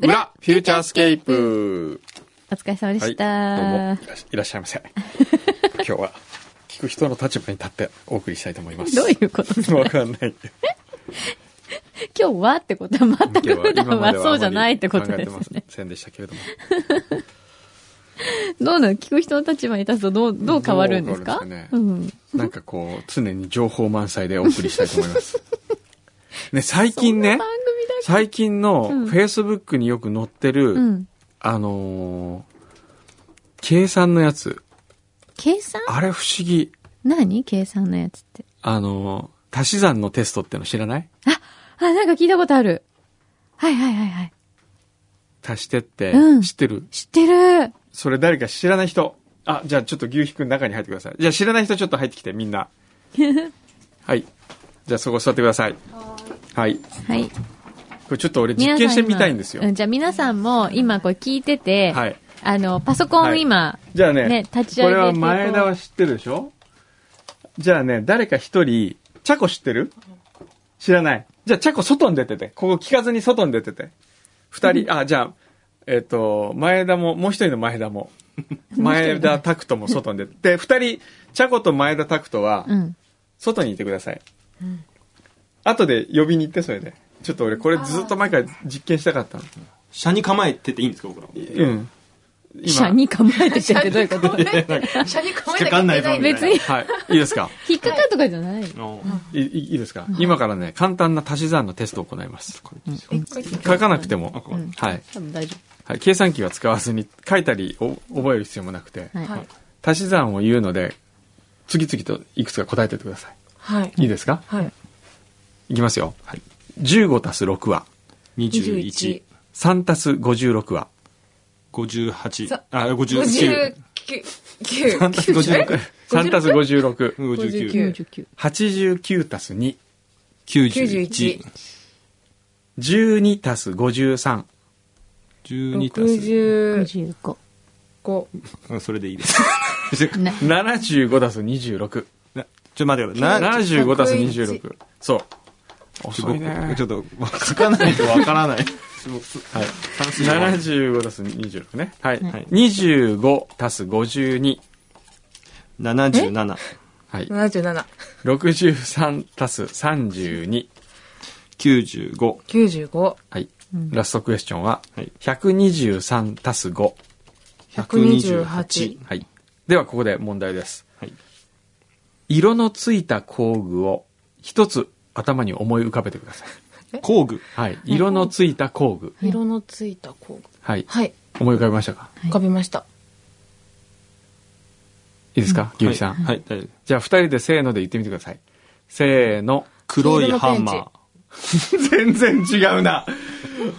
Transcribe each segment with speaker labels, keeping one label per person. Speaker 1: 裏フューチャースケープ
Speaker 2: お疲れ様で
Speaker 1: はい、
Speaker 2: し
Speaker 1: ど
Speaker 2: た。
Speaker 1: うもいらしいらっしゃいませ 今日は聞く人の立場に立ってお送りしたいと思います
Speaker 2: どういうことですか
Speaker 1: わかんない
Speaker 2: 今日はってことは全く普段はそうじゃないってことですね。
Speaker 1: せんでしたけれども
Speaker 2: どうなの聞く人の立場に立つとどう、どう変わるんですか
Speaker 1: どう変わるんです
Speaker 2: う
Speaker 1: か
Speaker 2: ん。
Speaker 1: なんかこう常に情報満載でお送りしたいと思います ね最近ね
Speaker 2: 番組だけ
Speaker 1: 最近の
Speaker 2: うん
Speaker 1: フェイスブックによく載ってる、
Speaker 2: うん。
Speaker 1: あのー計算のやつ
Speaker 2: 計算
Speaker 1: あれ不思議
Speaker 2: 何計算のやつって。
Speaker 1: あのー足し算のテストっての知らない
Speaker 2: あ、なんか聞いたことある。はいはいはいはい。
Speaker 1: 足してって、
Speaker 2: うん
Speaker 1: 知ってる
Speaker 2: 知ってる。
Speaker 1: それ誰か知らない人。あ、じゃあちょっと牛皮くん中に入ってください。じゃあ知らない人ちょっと入ってきて、みん な。はい。じゃあそこ座ってください。はい。こ
Speaker 2: はい。
Speaker 1: れちょっと俺実験してみたいんですよ
Speaker 2: 皆さ。今うんじゃあ皆さんも今これ聞いてて、
Speaker 1: はい。
Speaker 2: あの、パソコン今、
Speaker 1: じゃあね、
Speaker 2: ね立ち
Speaker 1: こ
Speaker 2: 上
Speaker 1: れ
Speaker 2: げて
Speaker 1: は前田は知ってるでしょじゃあね、誰か一人、チャコ知ってる知らない。じゃあチャコ外に出てて。ここ聞かずに外に出てて。二人、あ、じゃあ、えっ、と、前田も、もう一人の前田も。前田拓人も外に出て。で、二人、チャコと前田拓人は、
Speaker 2: うん。
Speaker 1: 外にいてください。後で呼びに行って、それで。ちょっと俺、これずっと前から実験したかったの。
Speaker 3: 車に構えてていいんですか僕ら。
Speaker 1: うん。今
Speaker 2: 車に構えててってどういうこと
Speaker 4: 車に構
Speaker 3: えなきゃいけないんだよ
Speaker 2: 別に
Speaker 1: はい。いいですか
Speaker 2: 引っかかるとかじゃない。
Speaker 1: いいいいですか、今からね、簡単な足し算のテストを行います。書かなくても、
Speaker 2: ん
Speaker 1: はい、
Speaker 2: 多分大丈
Speaker 1: はい。計算機は使わずに、書いたりお覚える必要もなくて、
Speaker 2: 夫。はい。
Speaker 4: はい。
Speaker 1: 足し算を言うので、次々といくつか答えてってくださ
Speaker 4: はい。
Speaker 1: い。いいですか
Speaker 4: はい。
Speaker 1: いきますよ。15足す6は、
Speaker 3: 21、
Speaker 1: 3足す56は、
Speaker 3: 58
Speaker 4: さ、
Speaker 3: あ、
Speaker 4: 五
Speaker 3: 59
Speaker 4: 十、九。
Speaker 1: 3足す56、3足す56、
Speaker 3: 59、
Speaker 2: 49。
Speaker 1: 89足す2、
Speaker 4: 九十一
Speaker 3: 91、。
Speaker 1: 12足す53、
Speaker 3: 12
Speaker 4: 六
Speaker 3: 足
Speaker 4: 十
Speaker 2: 55。
Speaker 4: 五。
Speaker 3: す。うんそれでいいです。ちょ
Speaker 2: な
Speaker 1: 75足す26、
Speaker 3: なちょ、待ってください。な
Speaker 1: 75足す
Speaker 4: 101
Speaker 1: 26。そう。
Speaker 3: ち
Speaker 1: 遅
Speaker 3: ょ
Speaker 1: いね
Speaker 3: ちょっと、わ書かないとわからない。
Speaker 1: はい。
Speaker 3: 算数が
Speaker 1: 75足す26ね。はい。
Speaker 3: はい
Speaker 1: 25足す52。
Speaker 3: 77、
Speaker 1: はい。
Speaker 4: 七十七。
Speaker 1: 63足す32。
Speaker 3: 95、
Speaker 4: 九十五。
Speaker 1: はい。ラストクエスチョンは、
Speaker 3: はい
Speaker 1: 123足す5。
Speaker 4: 百二十八。
Speaker 1: はい。では、ここで問題です。
Speaker 3: はい
Speaker 1: 色のついた工具を一つ頭に思い浮かべてください。
Speaker 3: 工具、
Speaker 1: はい。色のついた工具。
Speaker 2: い
Speaker 4: 色のついた工具。
Speaker 1: はい。
Speaker 4: はい。
Speaker 1: 思い浮かべましたか
Speaker 2: い
Speaker 4: 浮かびました。
Speaker 1: いいですか牛木さん。
Speaker 3: はい、大丈夫。
Speaker 1: じゃあ、二人でせーので言ってみてください。せーの。
Speaker 3: 黒いハンマ ー、
Speaker 1: 全然違うな。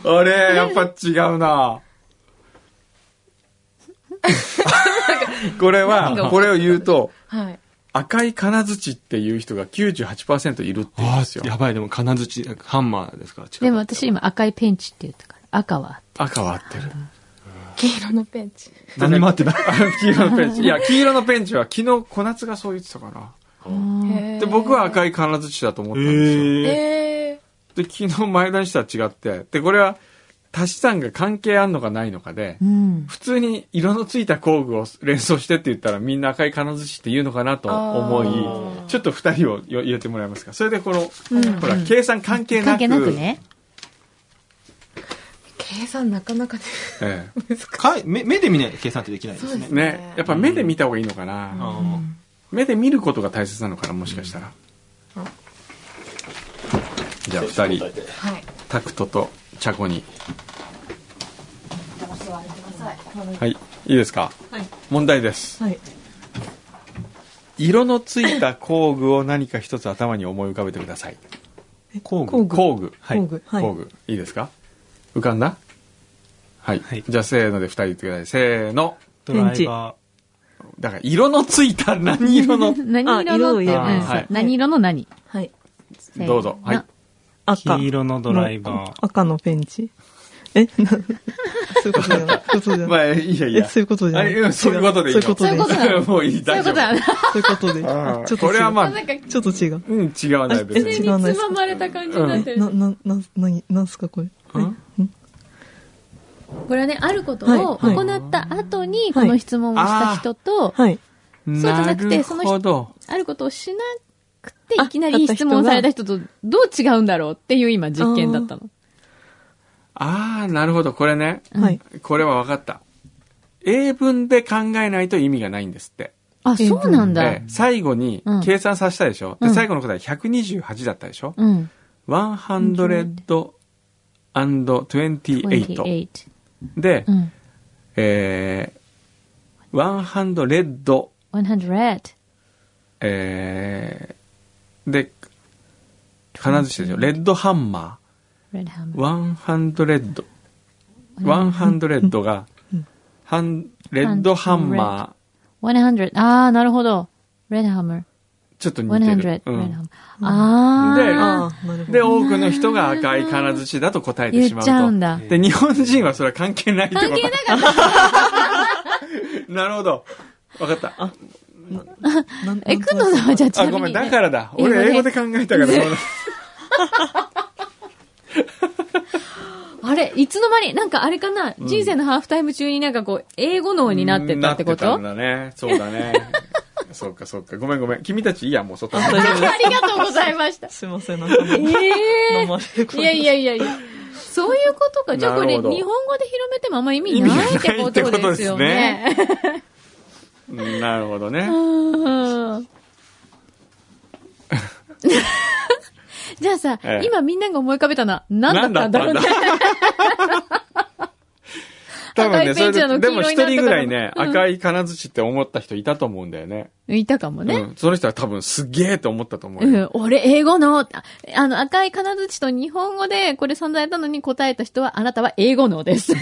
Speaker 1: あれ、やっぱ違う な。これは、これを言うと、
Speaker 4: はい。
Speaker 1: 赤い金槌っていう人が98%いるって言うんですよ。
Speaker 3: やばい、でも金槌、ハンマーですから、
Speaker 2: でも私今赤いペンチって言ったから、赤は。
Speaker 1: 赤は合ってる。
Speaker 4: 黄色のペンチ。
Speaker 3: 何もあってない。
Speaker 1: 黄色のペンチ。いや、黄色のペンチは昨日小夏がそう言ってたかな。
Speaker 4: へー
Speaker 1: で、僕は。赤い金槌だと思ったんですよ。
Speaker 3: えー
Speaker 4: ええ。
Speaker 1: で、昨日前田にしたら違って。で、これは、足し算が関係あんのかないのかで、
Speaker 2: うん。
Speaker 1: 普通に色のついた工具を連想してって言ったらみんな赤い金槌って言うのかなと思
Speaker 4: あ
Speaker 1: いちょっと2人をよ入れてもらえますかそれでこの、
Speaker 2: うん
Speaker 1: ほら計算関係なく
Speaker 2: 関係なくね。、
Speaker 4: 計算なかなかね。
Speaker 1: え
Speaker 3: かい目目で見ないと計算ってできないですね
Speaker 1: え。ねやっぱ目で見た方がいいのかな、
Speaker 3: あー
Speaker 1: 目で見ることが大切なのかなもしかしたら、じゃあ2人
Speaker 4: はい。
Speaker 1: タクトとチャコにはいいいですか、問題です
Speaker 4: はい。
Speaker 1: 色のついた工具を何か一つ頭に思い浮かべてください
Speaker 3: 工
Speaker 4: 工
Speaker 3: 具。
Speaker 4: 具。
Speaker 1: 工具。はい。
Speaker 4: 工具はい
Speaker 1: 工具いいですか浮かんだはい。
Speaker 3: はい
Speaker 1: じゃあ、せーので二人言ってください。せーの。
Speaker 3: ドライバ
Speaker 1: だから、色のついた何色の
Speaker 2: 何色の、
Speaker 5: あ色を入れ
Speaker 1: ます
Speaker 2: うん
Speaker 1: はい
Speaker 2: そう何色の何
Speaker 4: はい。
Speaker 2: ーの
Speaker 1: どうぞ。はい。
Speaker 5: 赤
Speaker 3: ー、黄色のドライバー、
Speaker 5: 赤のペンチえなそういうことじゃない。そういうことじゃ
Speaker 1: ま
Speaker 5: ない。
Speaker 1: あ、いやい
Speaker 5: え、
Speaker 1: や。
Speaker 5: そういうことじゃない。
Speaker 1: あうんそういうことでいい
Speaker 5: そうい
Speaker 1: の
Speaker 5: うことで。
Speaker 2: そういうことなの
Speaker 1: もういい、
Speaker 2: そうい
Speaker 1: 大
Speaker 2: うこ
Speaker 1: 丈
Speaker 2: とだ
Speaker 1: 夫。
Speaker 2: な。
Speaker 5: そういうことで。ち
Speaker 1: ああ
Speaker 5: ょっと
Speaker 1: これはまあ、
Speaker 2: なんか、
Speaker 5: ちょっと違う。
Speaker 1: うん、違うね、
Speaker 5: あ
Speaker 1: 別
Speaker 5: え
Speaker 2: 手
Speaker 1: に。
Speaker 2: につままれた感じになってる。
Speaker 5: な、な、な、なに、なんすかこれ。
Speaker 1: うん
Speaker 2: これはね、あること
Speaker 5: はい
Speaker 2: を
Speaker 5: はい
Speaker 2: 行った後に、こ
Speaker 5: はい
Speaker 2: の質問をした人と、
Speaker 5: はい。
Speaker 2: うじゃなくてその人
Speaker 1: なるほど。
Speaker 2: あることをしなくて、
Speaker 5: あ
Speaker 2: いきなり質問された人とどう違うんだろうっていう今実験だったの。
Speaker 1: ああ、なるほど、これね。
Speaker 5: はい。
Speaker 1: これは分かった。英文で考えないと意味がないんですって。
Speaker 2: あ、
Speaker 5: え
Speaker 2: そうなんだ
Speaker 1: で。、最後に
Speaker 2: うん
Speaker 1: 計算させたでしょ、
Speaker 2: う
Speaker 1: で、
Speaker 2: ん
Speaker 1: 最後の答え128だったでしょ、
Speaker 2: うん。
Speaker 1: ?128
Speaker 2: 28。
Speaker 1: で、
Speaker 2: うん。
Speaker 1: えー、100、
Speaker 2: 100。
Speaker 1: えー、で、必ずしでしょレッドハンマ
Speaker 2: Red
Speaker 1: ー、
Speaker 2: Hammer。
Speaker 1: 100、100が、ハン、レッドハンマ
Speaker 2: 100。あー、なるほど。Red Hammer。
Speaker 1: ー、ちょっと似て
Speaker 2: 100。
Speaker 1: る
Speaker 2: Red。
Speaker 1: う
Speaker 2: Hammer
Speaker 1: ん。。
Speaker 2: あ
Speaker 5: ああ、なるほ
Speaker 1: で、
Speaker 5: ど。
Speaker 1: 多くの人が赤い金槌だと答え
Speaker 2: ー。
Speaker 1: てし
Speaker 2: 言
Speaker 1: ま
Speaker 2: っ
Speaker 1: う
Speaker 2: ちゃう
Speaker 1: と
Speaker 2: ん。だ。
Speaker 1: で、日本人はそれは関係ないってこと
Speaker 2: 関係なか っ
Speaker 1: なるほど。わかった。
Speaker 5: なん
Speaker 2: た。え、くんのさんはじゃあちな
Speaker 1: あ、
Speaker 2: みに。
Speaker 1: ごめん、だからだ。
Speaker 2: 英語で
Speaker 1: 俺、英語で考えたから、そうだ
Speaker 2: あれ、いつの間に、なんかあれかな、人生のハーフタイム中になんかこう、英語脳になってたってこ
Speaker 1: な
Speaker 2: と
Speaker 1: ってたんだね。そうだね。そうか、そうか。ごめん、ごめん。君たちいいや、もう 外に。
Speaker 5: 大丈夫で
Speaker 2: ありがとうござい まし た。
Speaker 5: す。すいません、なんか
Speaker 2: え
Speaker 5: もう、飲
Speaker 2: え
Speaker 5: まれてこ
Speaker 2: いやいやいやいや。そういうことか。じゃあこ
Speaker 1: な
Speaker 2: れ、
Speaker 1: る
Speaker 2: 日
Speaker 1: ほど
Speaker 2: 本語で広めてもあんま意味ないってことですよ
Speaker 1: 意
Speaker 2: ね。
Speaker 1: うんなるほどね。
Speaker 2: うん じゃあさ、
Speaker 1: ええ
Speaker 2: 今みんなが思い浮かべたのは何だったんだろうね。
Speaker 1: 多分ね、それ
Speaker 2: 赤いペンチなの
Speaker 1: で、でも
Speaker 2: 黄色
Speaker 1: 一
Speaker 2: になった
Speaker 1: 人ぐらいね、
Speaker 2: から
Speaker 1: 赤い金槌って思った人いたと思うんだよね。
Speaker 2: いたかもね。
Speaker 1: うん。その人は多分すげえと思ったと思う
Speaker 2: う
Speaker 1: よ。
Speaker 2: ん、俺、英語の、ああの、赤い金槌と日本語でこれ散々やったのに答えた人は、あなたは英語 のです。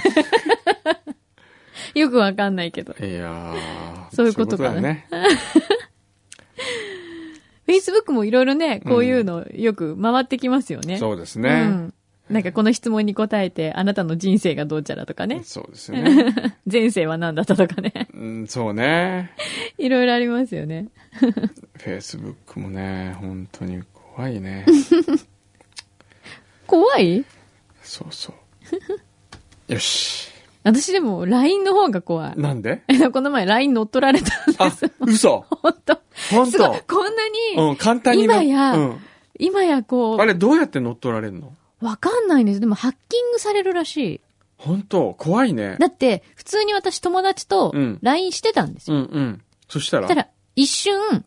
Speaker 2: よくわかんないけど。
Speaker 1: いやー
Speaker 2: そういうこと
Speaker 1: そ
Speaker 2: か
Speaker 1: ういうだね。
Speaker 2: Facebook もいろいろね、こういうのよく回ってきますよね。
Speaker 1: そうです
Speaker 2: う
Speaker 1: ね。
Speaker 2: ん。なんかこの質問に答えて、あなたの人生がどうちゃらとかね。
Speaker 1: そうですね。
Speaker 2: 前世は何だったとかね。
Speaker 1: うん、そうね。
Speaker 2: いろいろありますよね。
Speaker 1: フェイスブックもね、本当に怖い ね。
Speaker 2: 怖い
Speaker 1: そうそう。よし。
Speaker 2: 私でも LINE の方が怖い。
Speaker 1: なんで
Speaker 2: この前 LINE 乗っ取られたん
Speaker 1: あ
Speaker 2: です。、
Speaker 1: 嘘。
Speaker 2: 本当
Speaker 1: 本
Speaker 2: すごい。
Speaker 1: 当
Speaker 2: こんな
Speaker 1: う
Speaker 2: に、
Speaker 1: ん、簡単にな。
Speaker 2: 今や
Speaker 1: うん。
Speaker 2: 今やこう
Speaker 1: あ、れどうやって乗っ取られるの
Speaker 2: わかんないんです。でもハッキングされるらし
Speaker 1: 本当怖いね
Speaker 2: い。。だって、普通に私友達と
Speaker 1: うん
Speaker 2: LINE してたんです
Speaker 1: うん
Speaker 2: よ。
Speaker 1: うん。そしたら
Speaker 2: そしたら、一瞬、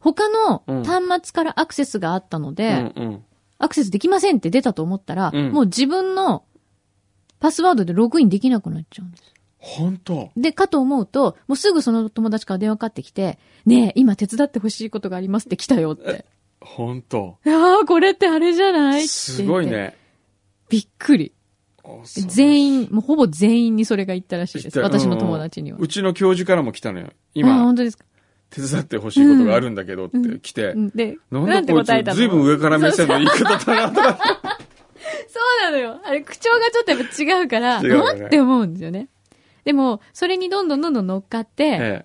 Speaker 2: 他の
Speaker 1: うん
Speaker 2: 端末からアクセスがあったので、
Speaker 1: うんうん。
Speaker 2: アクセスできませんって出たと思ったら、
Speaker 1: うん
Speaker 2: もう自分のパスワードでログインできなくなっちゃうんです。
Speaker 1: 本当
Speaker 2: で、かと思うと、もうすぐその友達から電話かかってきて、ねえ、今手伝ってほしいことがありますって来たよって。
Speaker 1: 本当
Speaker 2: ああ、これってあれじゃないって
Speaker 1: すごい。ね。
Speaker 2: びっくり。
Speaker 1: 員。
Speaker 2: 全員、もうほぼ全員にそれが言ったらしいで
Speaker 1: 言っ
Speaker 2: す。
Speaker 1: た
Speaker 2: 私の友達には。
Speaker 1: うちの教授からも来たのよ。
Speaker 2: あー
Speaker 1: 今
Speaker 2: 本、当ですか。
Speaker 1: 手伝ってほしいことがあるんだけどっ
Speaker 2: うん
Speaker 1: て来て
Speaker 2: う。んで、な
Speaker 1: なんん
Speaker 2: て
Speaker 1: だこい
Speaker 2: 答えた
Speaker 1: つ、
Speaker 2: の
Speaker 1: ずいぶん上から目線の言い方だなとか って。
Speaker 2: そうなのよ。あれ、口調がちょっとやっぱ違うから、
Speaker 1: 違うよね
Speaker 2: なって思うんですよね。でも、それにどんどんどんどん乗っかって、
Speaker 1: え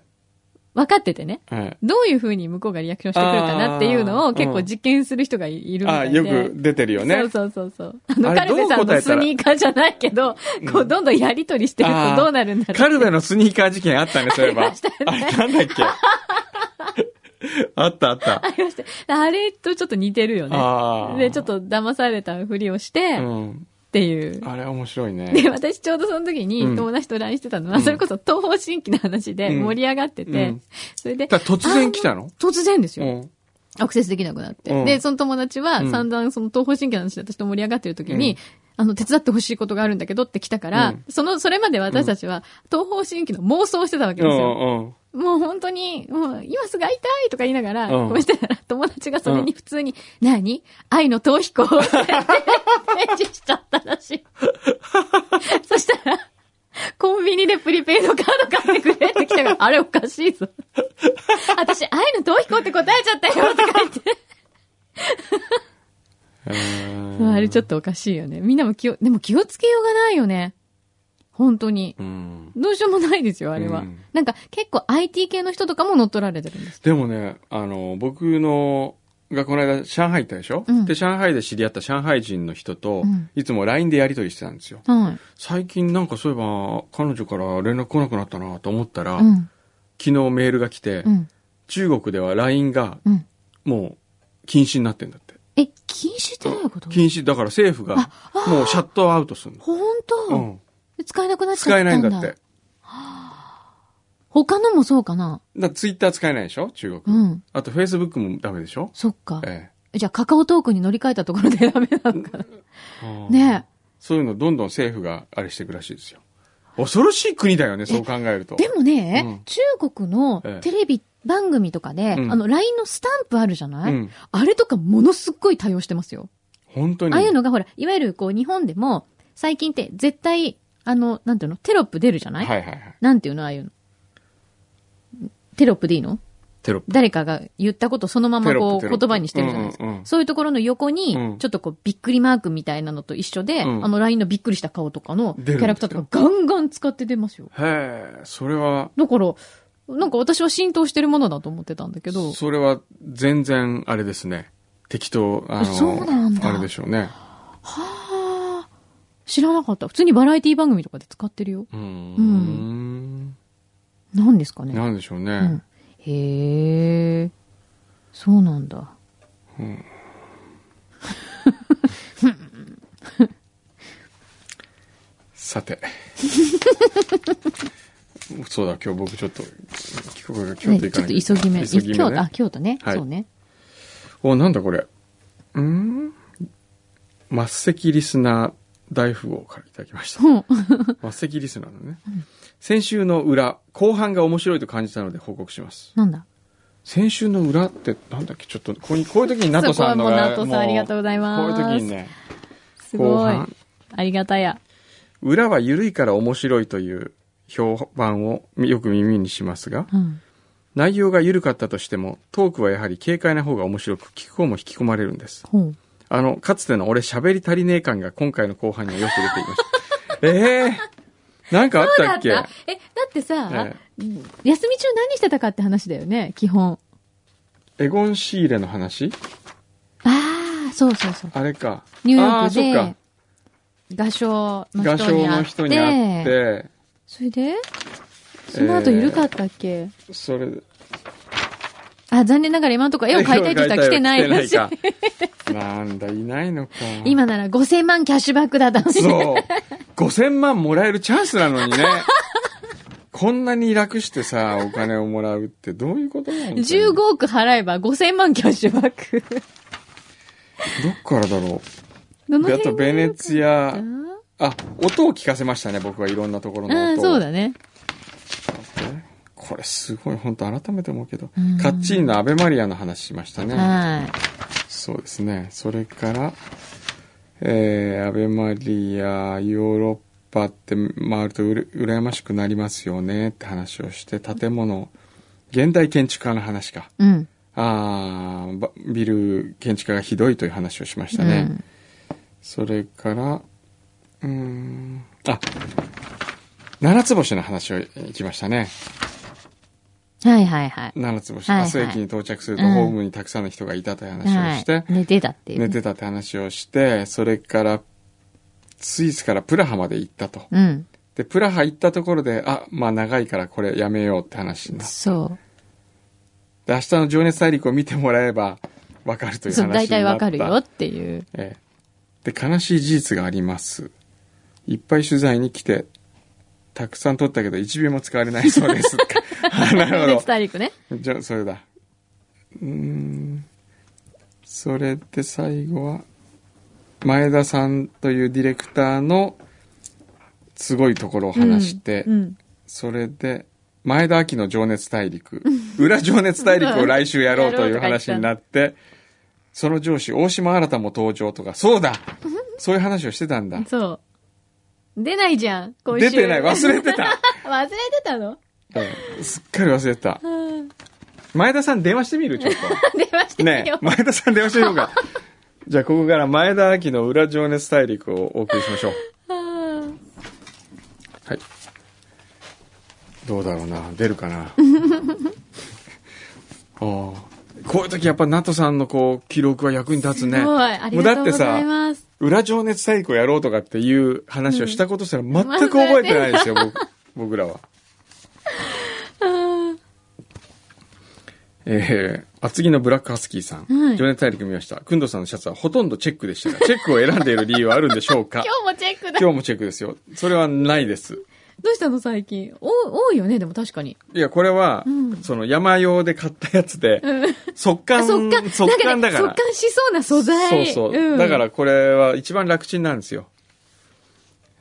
Speaker 2: 分かっててね。
Speaker 1: え。え
Speaker 2: どういう風に向こうがリアクションしてくるかなっていうの
Speaker 1: あ
Speaker 2: を
Speaker 1: ー
Speaker 2: 結
Speaker 1: う
Speaker 2: 構
Speaker 1: ん
Speaker 2: 実験する人がいいる
Speaker 1: え。
Speaker 2: み
Speaker 1: あ
Speaker 2: た
Speaker 1: あ、
Speaker 2: いで。
Speaker 1: よく出てるよね。
Speaker 2: そうそうそうそう。あの、カ
Speaker 1: あれ
Speaker 2: ルベさん
Speaker 1: どう答
Speaker 2: の
Speaker 1: えた
Speaker 2: ス
Speaker 1: ら
Speaker 2: ニーカーじゃないけど、こう、どんどんやりとりしてるとどうなるんだろう。
Speaker 1: カルベのスニーカー事件あったね、そういえば。あれなんだっけあったあった。
Speaker 2: ありまして。あれとちょっと似てるよね。
Speaker 1: ああ。
Speaker 2: で、ちょっと騙されたふりをして、
Speaker 1: う
Speaker 2: っ
Speaker 1: ん。
Speaker 2: ていう。
Speaker 1: あれ面白いね。
Speaker 2: で、私ちょうどその時に
Speaker 1: うん
Speaker 2: 友達と LINE してたのは、それこそ東方新規の話で
Speaker 1: うん
Speaker 2: 盛り上がってて、
Speaker 1: うん
Speaker 2: それで、
Speaker 1: だから突然来たの
Speaker 2: 突然です
Speaker 1: う
Speaker 2: よ、
Speaker 1: ん。
Speaker 2: アクセスできなくなって。
Speaker 1: うん
Speaker 2: で、その友達は
Speaker 1: うん
Speaker 2: 散々その東方新規の話で私と盛り上がってる時に、
Speaker 1: うん
Speaker 2: あの、手伝ってほしいことがあるんだけどって来たから、
Speaker 1: うん
Speaker 2: その、それまで私たちは、東方新規の妄想をしてたわけ
Speaker 1: う
Speaker 2: ですよ。
Speaker 1: んうん。
Speaker 2: もう本当に、もう、今すぐ会いたいとか言いながら、
Speaker 1: うん
Speaker 2: こうしてたら、友達がそれに普通に、なに愛の逃避行って返事しちゃったらしい。そしたら、コンビニでプリペイドカード買ってくれって来たから、あれおかしいぞ。私、愛の逃避行って答えちゃったよとか言って。
Speaker 1: えー
Speaker 2: そうあれちょっとおかしいよね。みんなも気を、でも気をつけようがないよね。本当に。
Speaker 1: うん。
Speaker 2: どうしようもないですよ、あれは。
Speaker 1: うん
Speaker 2: なんか結構 IT 系の人とかも乗っ取られてるんです。
Speaker 1: でもね、あの、僕の、がこの間上海行ったでしょ、
Speaker 2: うん
Speaker 1: で、上海で知り合った上海人の人と、
Speaker 2: うん
Speaker 1: いつも LINE でやりとりしてたんですよ。
Speaker 2: は
Speaker 1: 最近なんかそういえば、彼女から連絡来なくなったなと思ったら、
Speaker 2: い。うん。
Speaker 1: 昨日メールが来て、
Speaker 2: うん。
Speaker 1: 中国では LINE が
Speaker 2: うん。
Speaker 1: もう禁止になってんだって。
Speaker 2: え、禁止ってどういうこと
Speaker 1: 禁止、だから政府がもうシャットアウトするの。
Speaker 2: 本当、
Speaker 1: うん。
Speaker 2: 使えなくなっちゃっ
Speaker 1: 使
Speaker 2: たんだ。
Speaker 1: えないんだって。。
Speaker 2: 他のもそうかな
Speaker 1: だツイッター使えないでしょ中
Speaker 2: う
Speaker 1: 国。
Speaker 2: ん。
Speaker 1: あとフェイスブックもダメでしょ
Speaker 2: そっか。
Speaker 1: え
Speaker 2: じゃあ、カカオトークに乗り換えたところで選べなのかな。
Speaker 1: え。
Speaker 2: ね
Speaker 1: そういうのどんどん政府があれしていくらしいですよ。恐ろしい国だよね、そう考えると。
Speaker 2: え。でもね、
Speaker 1: うん
Speaker 2: 中国のテレビ番組とかで、
Speaker 1: うん
Speaker 2: あの、LINE のスタンプあるじゃない、
Speaker 1: うん。
Speaker 2: あれとかものすっごい対応してますよ。
Speaker 1: 本当に。
Speaker 2: ああいうのがほら、いわゆるこう、日本でも、最近って絶対、あの、なんていうのテロップ出るじゃな、
Speaker 1: はいいはいはい。
Speaker 2: なんていうのああいうの。テロップでいいの
Speaker 1: テロップ。
Speaker 2: 誰かが言ったことそのままこ
Speaker 1: テ
Speaker 2: う
Speaker 1: ロップテロップ
Speaker 2: 言葉にしてるじゃないですか。
Speaker 1: うんうんうん
Speaker 2: そういうところの横に、
Speaker 1: うん
Speaker 2: ちょっとこうびっくりマークみたいなのと一緒で、
Speaker 1: うん
Speaker 2: あの LINE のびっくりした顔とかのキ
Speaker 1: 出るんですよ
Speaker 2: ャラクターとかガンガン使って出ますよ。
Speaker 1: へえ、それは、
Speaker 2: だから、なんか私は浸透してるものだと思ってたんだけど、
Speaker 1: それは全然あれですね。適当、あの、
Speaker 2: そうなんだ
Speaker 1: あれでしょうね。
Speaker 2: はあ、知らなかった。普通にバラエティ番組とかで使ってるよ。
Speaker 1: うーん。
Speaker 2: 何ですかね。
Speaker 1: なんでしょうね。
Speaker 2: うん、へえ、そうなんだ。
Speaker 1: さて。 そうだ、今日僕ちょっと、帰国が京
Speaker 2: ね
Speaker 1: 都行
Speaker 2: ち
Speaker 1: か
Speaker 2: ょっ
Speaker 1: な
Speaker 2: と
Speaker 1: き
Speaker 2: 急
Speaker 1: ゃ
Speaker 2: ぎ目。
Speaker 1: 急ぎ
Speaker 2: 京
Speaker 1: 目、
Speaker 2: 都、あ
Speaker 1: ね、。
Speaker 2: 京都ね。
Speaker 1: はい
Speaker 2: そうね。
Speaker 1: お、なんだこれ。うーん末席リスナー大富豪からいただきました。
Speaker 2: うん。
Speaker 1: 末席リスナーのね。先週の裏、後半が面白いと感じたので報告します。
Speaker 2: なんだ
Speaker 1: 先週の裏ってなんだっけちょっと、こういうこういう時にナトさんの
Speaker 2: そこは
Speaker 1: が
Speaker 2: もうナトさんありがとうございます
Speaker 1: こういう時にね、
Speaker 2: す
Speaker 1: 後
Speaker 2: ごい。
Speaker 1: 半、
Speaker 2: ありがたや。
Speaker 1: 裏は緩いから面白いという評判をよく耳にしますが、
Speaker 2: うん。
Speaker 1: 内容が緩かったとしても、トークはやはり軽快な方が面白く、聞く方も引き込まれるんです。
Speaker 2: ほう。
Speaker 1: あの、かつての俺喋り足りねえ感が今回の後半にはよく出ていま した。ええなんかあったっけ
Speaker 2: え、だってさ、
Speaker 1: え
Speaker 2: 休み中何してたかって話だよね、基本。
Speaker 1: えエゴン・シーレの話
Speaker 2: ああ、そうそうそう。
Speaker 1: あれか。
Speaker 2: ニューヨ
Speaker 1: あ
Speaker 2: ー
Speaker 1: あ、
Speaker 2: ク
Speaker 1: そっか
Speaker 2: で。、画商の
Speaker 1: 画
Speaker 2: 人に
Speaker 1: 商
Speaker 2: 会
Speaker 1: の
Speaker 2: って、
Speaker 1: 人に会って、
Speaker 2: それで、その後緩かったっけ、
Speaker 1: それ、
Speaker 2: あ、残念ながら今のところ絵を描いたいという人は来てないら しい。
Speaker 1: い。なんだ、いないのか。
Speaker 2: 今なら5000万キャッシュバックだったのに。
Speaker 1: そう。5000万もらえるチャンスなのにね。こんなに楽してさ、お金をもらうってどういうことなの
Speaker 2: 15億払えば5000万キャッシュバック。
Speaker 1: どっからだろ
Speaker 2: ど
Speaker 1: う。
Speaker 2: の
Speaker 1: で、あと
Speaker 2: 辺が
Speaker 1: ベネツ
Speaker 2: あ
Speaker 1: ィア、
Speaker 2: ー
Speaker 1: あ、音を聞かせましたね、僕はいろんなところの音を。
Speaker 2: あー、そうだね。
Speaker 1: これすごい、本当改めて思うけど
Speaker 2: うん、
Speaker 1: カッチーニのアベマリアの話しましたね。
Speaker 2: はい。
Speaker 1: そうですね。それから、えー、アベマリア、ヨーロッパって回るとうら羨ましくなりますよねって話をして、建物、現代建築家の話か。
Speaker 2: うん。
Speaker 1: あーばビル建築家がひどいという話をしましたね。それから、うーん、あ、七つ星の話を行きましたね。
Speaker 2: うん。はいはいはい。
Speaker 1: 七つ星、
Speaker 2: はいはい
Speaker 1: 明日駅に到着すると
Speaker 2: うん
Speaker 1: ホームにたくさんの人がいたという話をして、
Speaker 2: はい、寝てたっていうね、
Speaker 1: 寝てたって話をして、それから、スイスからプラハまで行ったと。
Speaker 2: うん。
Speaker 1: で、プラハ行ったところで、あ、まあ長いからこれやめようって話になって
Speaker 2: そ
Speaker 1: で明日の情熱大陸を見てもらえばわかると
Speaker 2: う。
Speaker 1: いう
Speaker 2: そ
Speaker 1: 話にな
Speaker 2: う、
Speaker 1: った。
Speaker 2: 大体わかるよっていう。
Speaker 1: ええ。で、悲しい事実があります。いっぱい取材に来て、たくさん撮ったけど1秒も使われないそう です。あなるほど
Speaker 2: ス。タリックね。
Speaker 1: じゃあ、それだ。うーん。それで最後は、前田さんというディレクターのすごいところを話して、
Speaker 2: うん。うん
Speaker 1: それで、前田秋の情熱大陸、裏情熱大陸を来週やろうという話にな って、その上司、大島新も登場とか、そうだそういう話をしてたんだ。
Speaker 2: そう。出ないじゃん、今週。
Speaker 1: 出てない、忘 れてた、
Speaker 2: 忘れてたの
Speaker 1: うんすっかり忘れてた。前田さん電話してみるちょっと。
Speaker 2: 出ました
Speaker 1: ねえ
Speaker 2: よ。
Speaker 1: 前田さん電話してみようか。じゃあここから前田亜紀の裏情熱大陸をお送りしましょう。はい。どうだろうな。出るかな。あ あ。こういう時やっぱナトさんのこう、記録は役に立つね。
Speaker 2: すごい、ありがとうござい
Speaker 1: もうだってさ、
Speaker 2: ます。
Speaker 1: 裏情熱大陸をやろうとかっていう話をしたことすら全く覚えてないですよ、僕僕 らは。えー、厚木のブラックハスキーさん。
Speaker 2: はい
Speaker 1: 情熱大陸見ました。くんどさんのシャツはほとんどチェックでしたが、チェックを選んでいる理由はあるんでしょうか
Speaker 2: 今日もチェックだ。
Speaker 1: 今日もチェックですよ。それはないです。
Speaker 2: どうしたの最近。お、多いよね、でも確かに。
Speaker 1: いや、これは、
Speaker 2: うん
Speaker 1: その山用で買ったやつで、
Speaker 2: うん。
Speaker 1: 速
Speaker 2: あ
Speaker 1: 乾、
Speaker 2: 速乾、
Speaker 1: 速乾
Speaker 2: なん
Speaker 1: だ
Speaker 2: かね、
Speaker 1: から。
Speaker 2: 速乾しそうな素材。
Speaker 1: そうそう、
Speaker 2: ん
Speaker 1: だからこれは一番楽ちんなんですよ。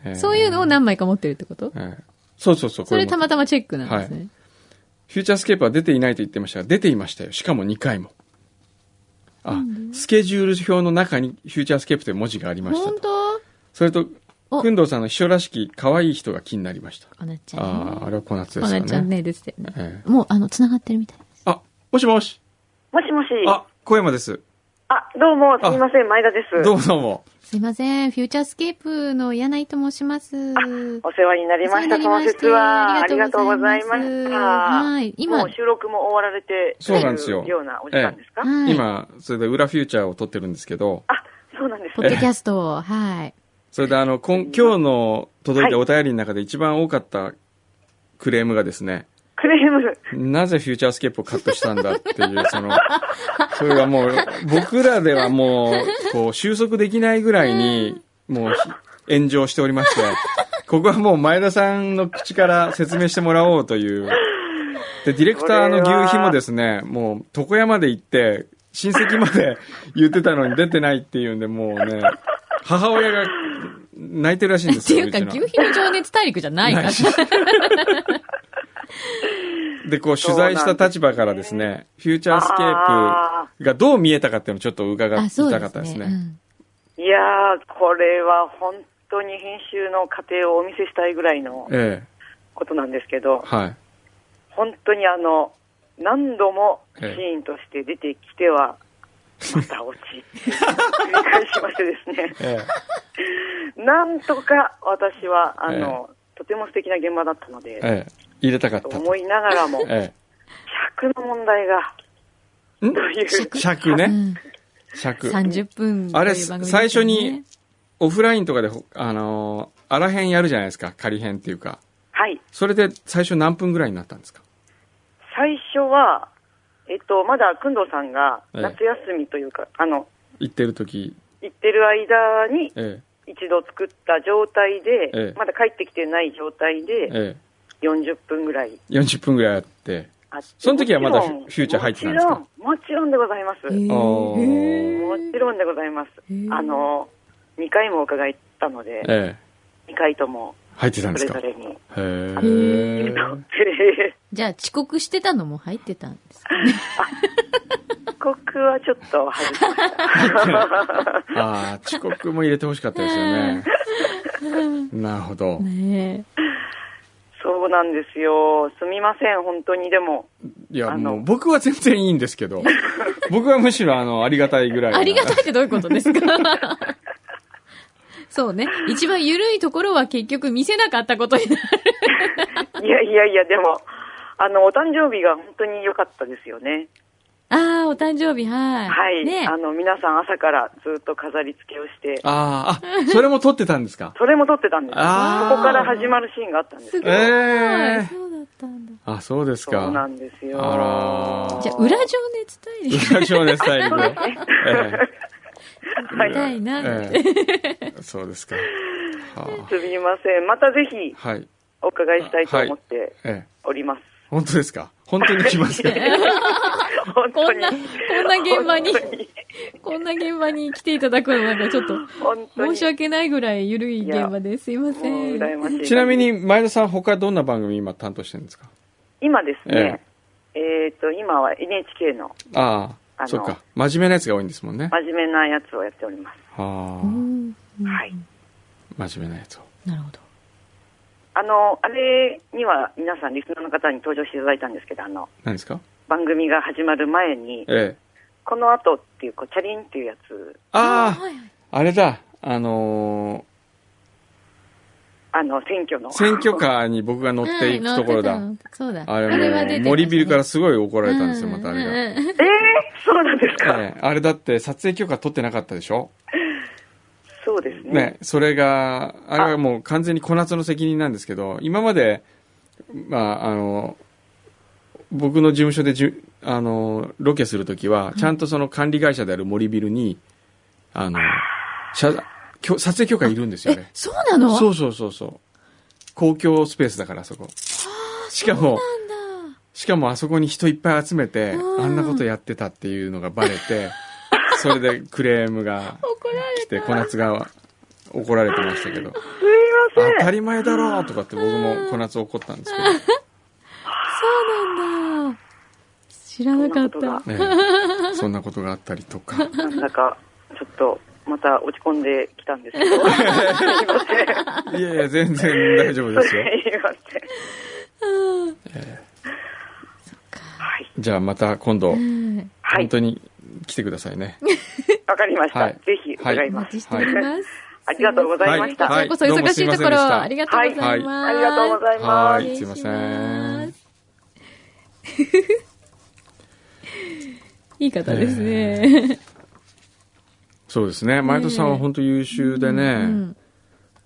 Speaker 1: えー
Speaker 2: そういうのを何枚か持ってるってこと
Speaker 1: えーそうそうそう。
Speaker 2: それた
Speaker 1: も
Speaker 2: またまチェックなんですね。
Speaker 1: フューチャースケープは出ていないと言ってましたが、出ていましたよ。しかも2回も。あ、スケジュール表の中にフューチャースケープという文字がありました
Speaker 2: 本
Speaker 1: と。
Speaker 2: 当
Speaker 1: それと、
Speaker 2: お
Speaker 1: くんどうさんの秘書らしき可愛い人が気になりました。
Speaker 2: おなちゃんね。
Speaker 1: ああ、あれは小夏で
Speaker 2: お
Speaker 1: すよね。
Speaker 2: なちゃんね、ですって。
Speaker 1: ええ
Speaker 2: もう、あの、繋がってるみたいです。
Speaker 1: あ、もしもし。
Speaker 6: もしもし。あ
Speaker 1: あ、小山です。
Speaker 6: どうも、すみません、前田です。
Speaker 1: どうもどうも。
Speaker 2: すいません、フューチャースケープの柳井と申します。
Speaker 6: お世話になりました、
Speaker 2: お世話に
Speaker 6: その
Speaker 2: なりまして
Speaker 6: 節は。ありがとうございました。
Speaker 2: はい今
Speaker 6: もう収録も終わられて、
Speaker 1: そうなんですよ
Speaker 6: といようなお時間ですか、
Speaker 2: はい
Speaker 1: 今、それで裏フューチャーを撮ってるんですけど、
Speaker 6: あ、そうなんです
Speaker 2: ポッド
Speaker 6: ね。
Speaker 2: キャストを、 はい。
Speaker 1: それであの、今今日の届いた
Speaker 6: は
Speaker 1: お便りの中で一番多かったクレームがですね、
Speaker 6: クレーム。
Speaker 1: なぜフューチャースケープをカットしたんだっていう、 その、それがもう、僕らではもう、こう、収束できないぐらいに、もう、炎上しておりまして、ここはもう前田さんの口から説明してもらおうという。で、ディレクターの牛皮もですね、もう、床屋まで行って、親戚まで言ってたのに出てないっていうんで、もうね、母親が泣いてるらしいんで
Speaker 2: って
Speaker 1: す
Speaker 2: い
Speaker 1: よ。
Speaker 2: うか、
Speaker 1: ちの
Speaker 2: 牛皮の情熱大陸じゃな いから。
Speaker 1: で、こう取材した立場からですね、フューチャースケー
Speaker 6: あ
Speaker 1: プがどう見えたかっていうのをちょっと伺
Speaker 2: あ、
Speaker 1: い
Speaker 2: そう
Speaker 1: たか
Speaker 2: で
Speaker 1: ったですす
Speaker 2: ね。
Speaker 1: ね。
Speaker 2: うん
Speaker 6: いやー、これは本当に編集の過程をお見せしたいぐらいの
Speaker 1: ええ、
Speaker 6: ことなんですけど、
Speaker 1: はい。
Speaker 6: 本当にあの、何度もシーンとして出てきては、ま た落ち。繰り返しましてですね。
Speaker 1: え
Speaker 6: なんとか私は、あの、とても素敵な現場だったの
Speaker 1: え、、
Speaker 6: で
Speaker 1: ええ、入れたかった
Speaker 6: と
Speaker 1: と。
Speaker 6: 思いながらも、
Speaker 1: え
Speaker 6: 尺の問題が、
Speaker 1: え。ん
Speaker 6: という、
Speaker 1: 尺
Speaker 2: う
Speaker 1: ね。
Speaker 2: ん
Speaker 1: 尺。
Speaker 2: 30分という番組ですね。
Speaker 1: あれ、最初に、オフラインとかでほ、あのー、あらへんやるじゃないですか。仮編っていうか。
Speaker 6: はい、
Speaker 1: それで最初何分ぐらいになったんですか
Speaker 6: 最初は、えっと、まだ、くんどさんが、
Speaker 1: ええ
Speaker 6: 夏休みというか、あの、
Speaker 1: 行ってる時。
Speaker 6: 行ってる間に、
Speaker 1: え
Speaker 6: 一度作った状態で、
Speaker 1: ええ
Speaker 6: まだ帰ってきてない状態
Speaker 1: え、
Speaker 6: で、
Speaker 1: え
Speaker 6: 40分ぐらい
Speaker 1: え。40分ぐらいあって。
Speaker 6: あって。
Speaker 1: その時はまだ
Speaker 6: もちろん
Speaker 1: フューチャー入ってないんですか
Speaker 6: もちろん、もちろんでございます。
Speaker 5: え
Speaker 1: あー
Speaker 6: もちろんでございます
Speaker 2: へえ。
Speaker 6: あの、2回も伺ったので、
Speaker 1: ええ。
Speaker 6: 2回とも、
Speaker 1: 入ってたんで
Speaker 6: そ
Speaker 1: す
Speaker 6: れ
Speaker 1: か
Speaker 6: ぞ
Speaker 1: へ
Speaker 6: れ
Speaker 1: え。
Speaker 6: に。
Speaker 2: じゃあ遅刻してたのも入ってたんですか
Speaker 6: ここはちょっと外しました。
Speaker 1: ああ、遅刻も入れてほしかったですよね。 なるほど。
Speaker 2: ね。
Speaker 6: そうなんですよ。すみません、本当にでも。
Speaker 1: いや、
Speaker 6: あの
Speaker 1: もう僕は全然いいんですけど、僕はむしろあの、ありがたいぐらいな。
Speaker 2: ありがたいってどういうこ とですかそうね。一番緩いところは結局見せなかったことになる。
Speaker 6: いやいやいや、でも、あの、お誕生日が本当に良かったですよね。
Speaker 2: ああ、お誕生日、はい。
Speaker 6: はい。
Speaker 2: ね
Speaker 6: あの、皆さん朝からずっと飾り付けをして、
Speaker 1: あーあ、それも撮ってたんですか
Speaker 6: それも撮ってたんですよ。
Speaker 1: あー
Speaker 6: そこから始まるシーンがあったんです
Speaker 2: す
Speaker 6: よ
Speaker 2: ごい。
Speaker 1: えー
Speaker 2: そうだったんだ。
Speaker 1: あ、そうですか。
Speaker 6: そうなんですよ。
Speaker 1: あらー
Speaker 2: じゃあ、裏情熱大 陸
Speaker 1: 裏情熱大陸。
Speaker 2: みたいな。
Speaker 1: ええええそうですか。は
Speaker 6: すみません。またぜひ
Speaker 1: あ、はい。
Speaker 6: お伺いしたいと思って
Speaker 1: ええ
Speaker 6: おります。
Speaker 1: 本当ですか本当に来ますか
Speaker 6: 本
Speaker 2: こ
Speaker 6: 当
Speaker 2: ん
Speaker 6: に
Speaker 2: な、。こんな現場に
Speaker 6: 本、当に
Speaker 2: こんな現場に来ていただくのなんかちょっと
Speaker 6: 本当に
Speaker 2: 申し訳ないぐらい緩い現場です。すいませ。
Speaker 6: もうん 羨ましい。
Speaker 1: ちなみに、前田さん他どんな番組今担当してるんですか
Speaker 6: 今ですね、えっ、と、今は NHK の
Speaker 1: ああ、
Speaker 6: あの
Speaker 1: そっか。真面目なやつが多いんですもんね。
Speaker 6: 真面目なやつをやっております。
Speaker 1: は
Speaker 2: うん
Speaker 6: はい。
Speaker 1: あ、真面目なやつを。
Speaker 2: なるほど。
Speaker 6: あの、あれには皆さん、リスナーの方に登場していただいたんですけど、あの、
Speaker 1: 何ですか
Speaker 6: 番組が始まる前に、
Speaker 1: え
Speaker 6: この後っていう、こう、チャリンっていうやつ、
Speaker 1: あ
Speaker 2: はいはい
Speaker 1: あ、あれだ。あの
Speaker 6: あの、選挙の。
Speaker 1: ー選挙カーに僕が乗っていくところだ。
Speaker 2: うん乗ってたそうだ。
Speaker 1: あれ
Speaker 2: は
Speaker 1: も
Speaker 2: 出
Speaker 1: う、
Speaker 2: て
Speaker 1: 森ビルかららすごい怒られたんですよ、またあれが。
Speaker 2: れが。
Speaker 6: えー、 そうなんですか、
Speaker 1: ええあれだって撮影許可取ってなかったでしょ
Speaker 6: そうですね。
Speaker 1: ね、それが、あれはもう完全に小夏の責任なんですけど、今まで、まあ、あの、僕の事務所でじゅ、あの、ロケするときは、ちゃんとその管理会社である森ビルに、あの、写きょ撮影許可いるんですよ
Speaker 2: え
Speaker 1: ね、。
Speaker 2: そうなの
Speaker 1: そううそうそうそう。公共スペースだから、あそこ。しかも、
Speaker 2: なんだ。
Speaker 1: しかもあそこに人いっぱい集めて、
Speaker 2: うん
Speaker 1: あんなことやってたっていうのがバレて、 それでクレームが
Speaker 2: 怒られ
Speaker 1: 来て、小夏が怒られてましたけど、
Speaker 6: すいません。
Speaker 1: 当たり前だろうとかって僕も小夏怒ったんです
Speaker 2: そうなんだ。知らなかっ
Speaker 6: そんなこ
Speaker 2: た。
Speaker 1: けど、ね、そんなことがあったりとか。
Speaker 6: なんだか、ちょっと、また落ち込んできたんで すけど。すいません。
Speaker 1: いやいや、全然大丈夫ですよ。
Speaker 6: すいません。はい。
Speaker 1: じゃあまた今度、
Speaker 2: うん
Speaker 6: は
Speaker 1: 本
Speaker 6: い。
Speaker 1: 当に来てくださいね。
Speaker 6: わかりました。
Speaker 1: はい
Speaker 6: ぜひ伺い
Speaker 2: お
Speaker 6: ま
Speaker 2: 待
Speaker 6: す。
Speaker 2: ちしております。
Speaker 6: ありがとうございました。
Speaker 1: はい
Speaker 2: こちらこそ忙しいと
Speaker 1: どうもすいません
Speaker 2: こ
Speaker 1: でし
Speaker 2: ろ、
Speaker 1: た
Speaker 2: ありがとうございます。
Speaker 6: ありがとうございま
Speaker 1: は
Speaker 6: す。
Speaker 1: い、すいません。
Speaker 2: いい方ですね。
Speaker 1: そうですね。前田さんは本当優秀でね、
Speaker 2: うん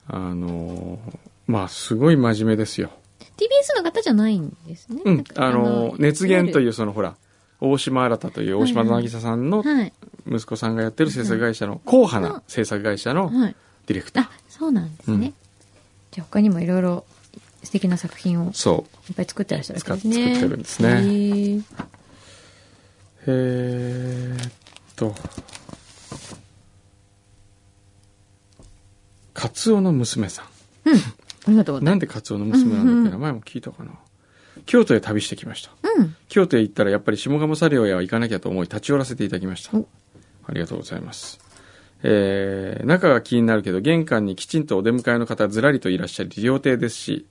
Speaker 1: あのー、まあ、すごい真面目ですよ。
Speaker 2: TBS の方じゃないんですね。
Speaker 1: うん
Speaker 2: なん、か。
Speaker 1: あの熱源といううそのほら大島新という大島渚さんの
Speaker 2: はい。
Speaker 1: 息子さんがやってる制作会社の硬派な制作会社の
Speaker 2: はい。
Speaker 1: ディレクター
Speaker 2: あ、そうなんですね。
Speaker 1: うん
Speaker 2: じゃあ他にもいろいろ素敵な作品を
Speaker 1: そ
Speaker 2: いっぱい作ってらっしゃるわけで
Speaker 1: 使
Speaker 2: す
Speaker 1: っ
Speaker 2: ね。
Speaker 1: 作ってるんですね
Speaker 2: へー
Speaker 1: うえー、っとカツオの娘さ
Speaker 2: ありがとうご
Speaker 1: ん
Speaker 2: ざい
Speaker 1: なんでカツオの娘なんだっけ名前も聞いたかな京都へ旅してきました
Speaker 2: ます。うん。
Speaker 1: 京都へ行ったらやっぱり下鴨サリオへは行かなきゃと思い立ち寄らせていただきました
Speaker 2: お
Speaker 1: ありがとうございますえー中が気になるけど玄関にきちんとお出迎えの方ずらりといらっしゃり料亭ですし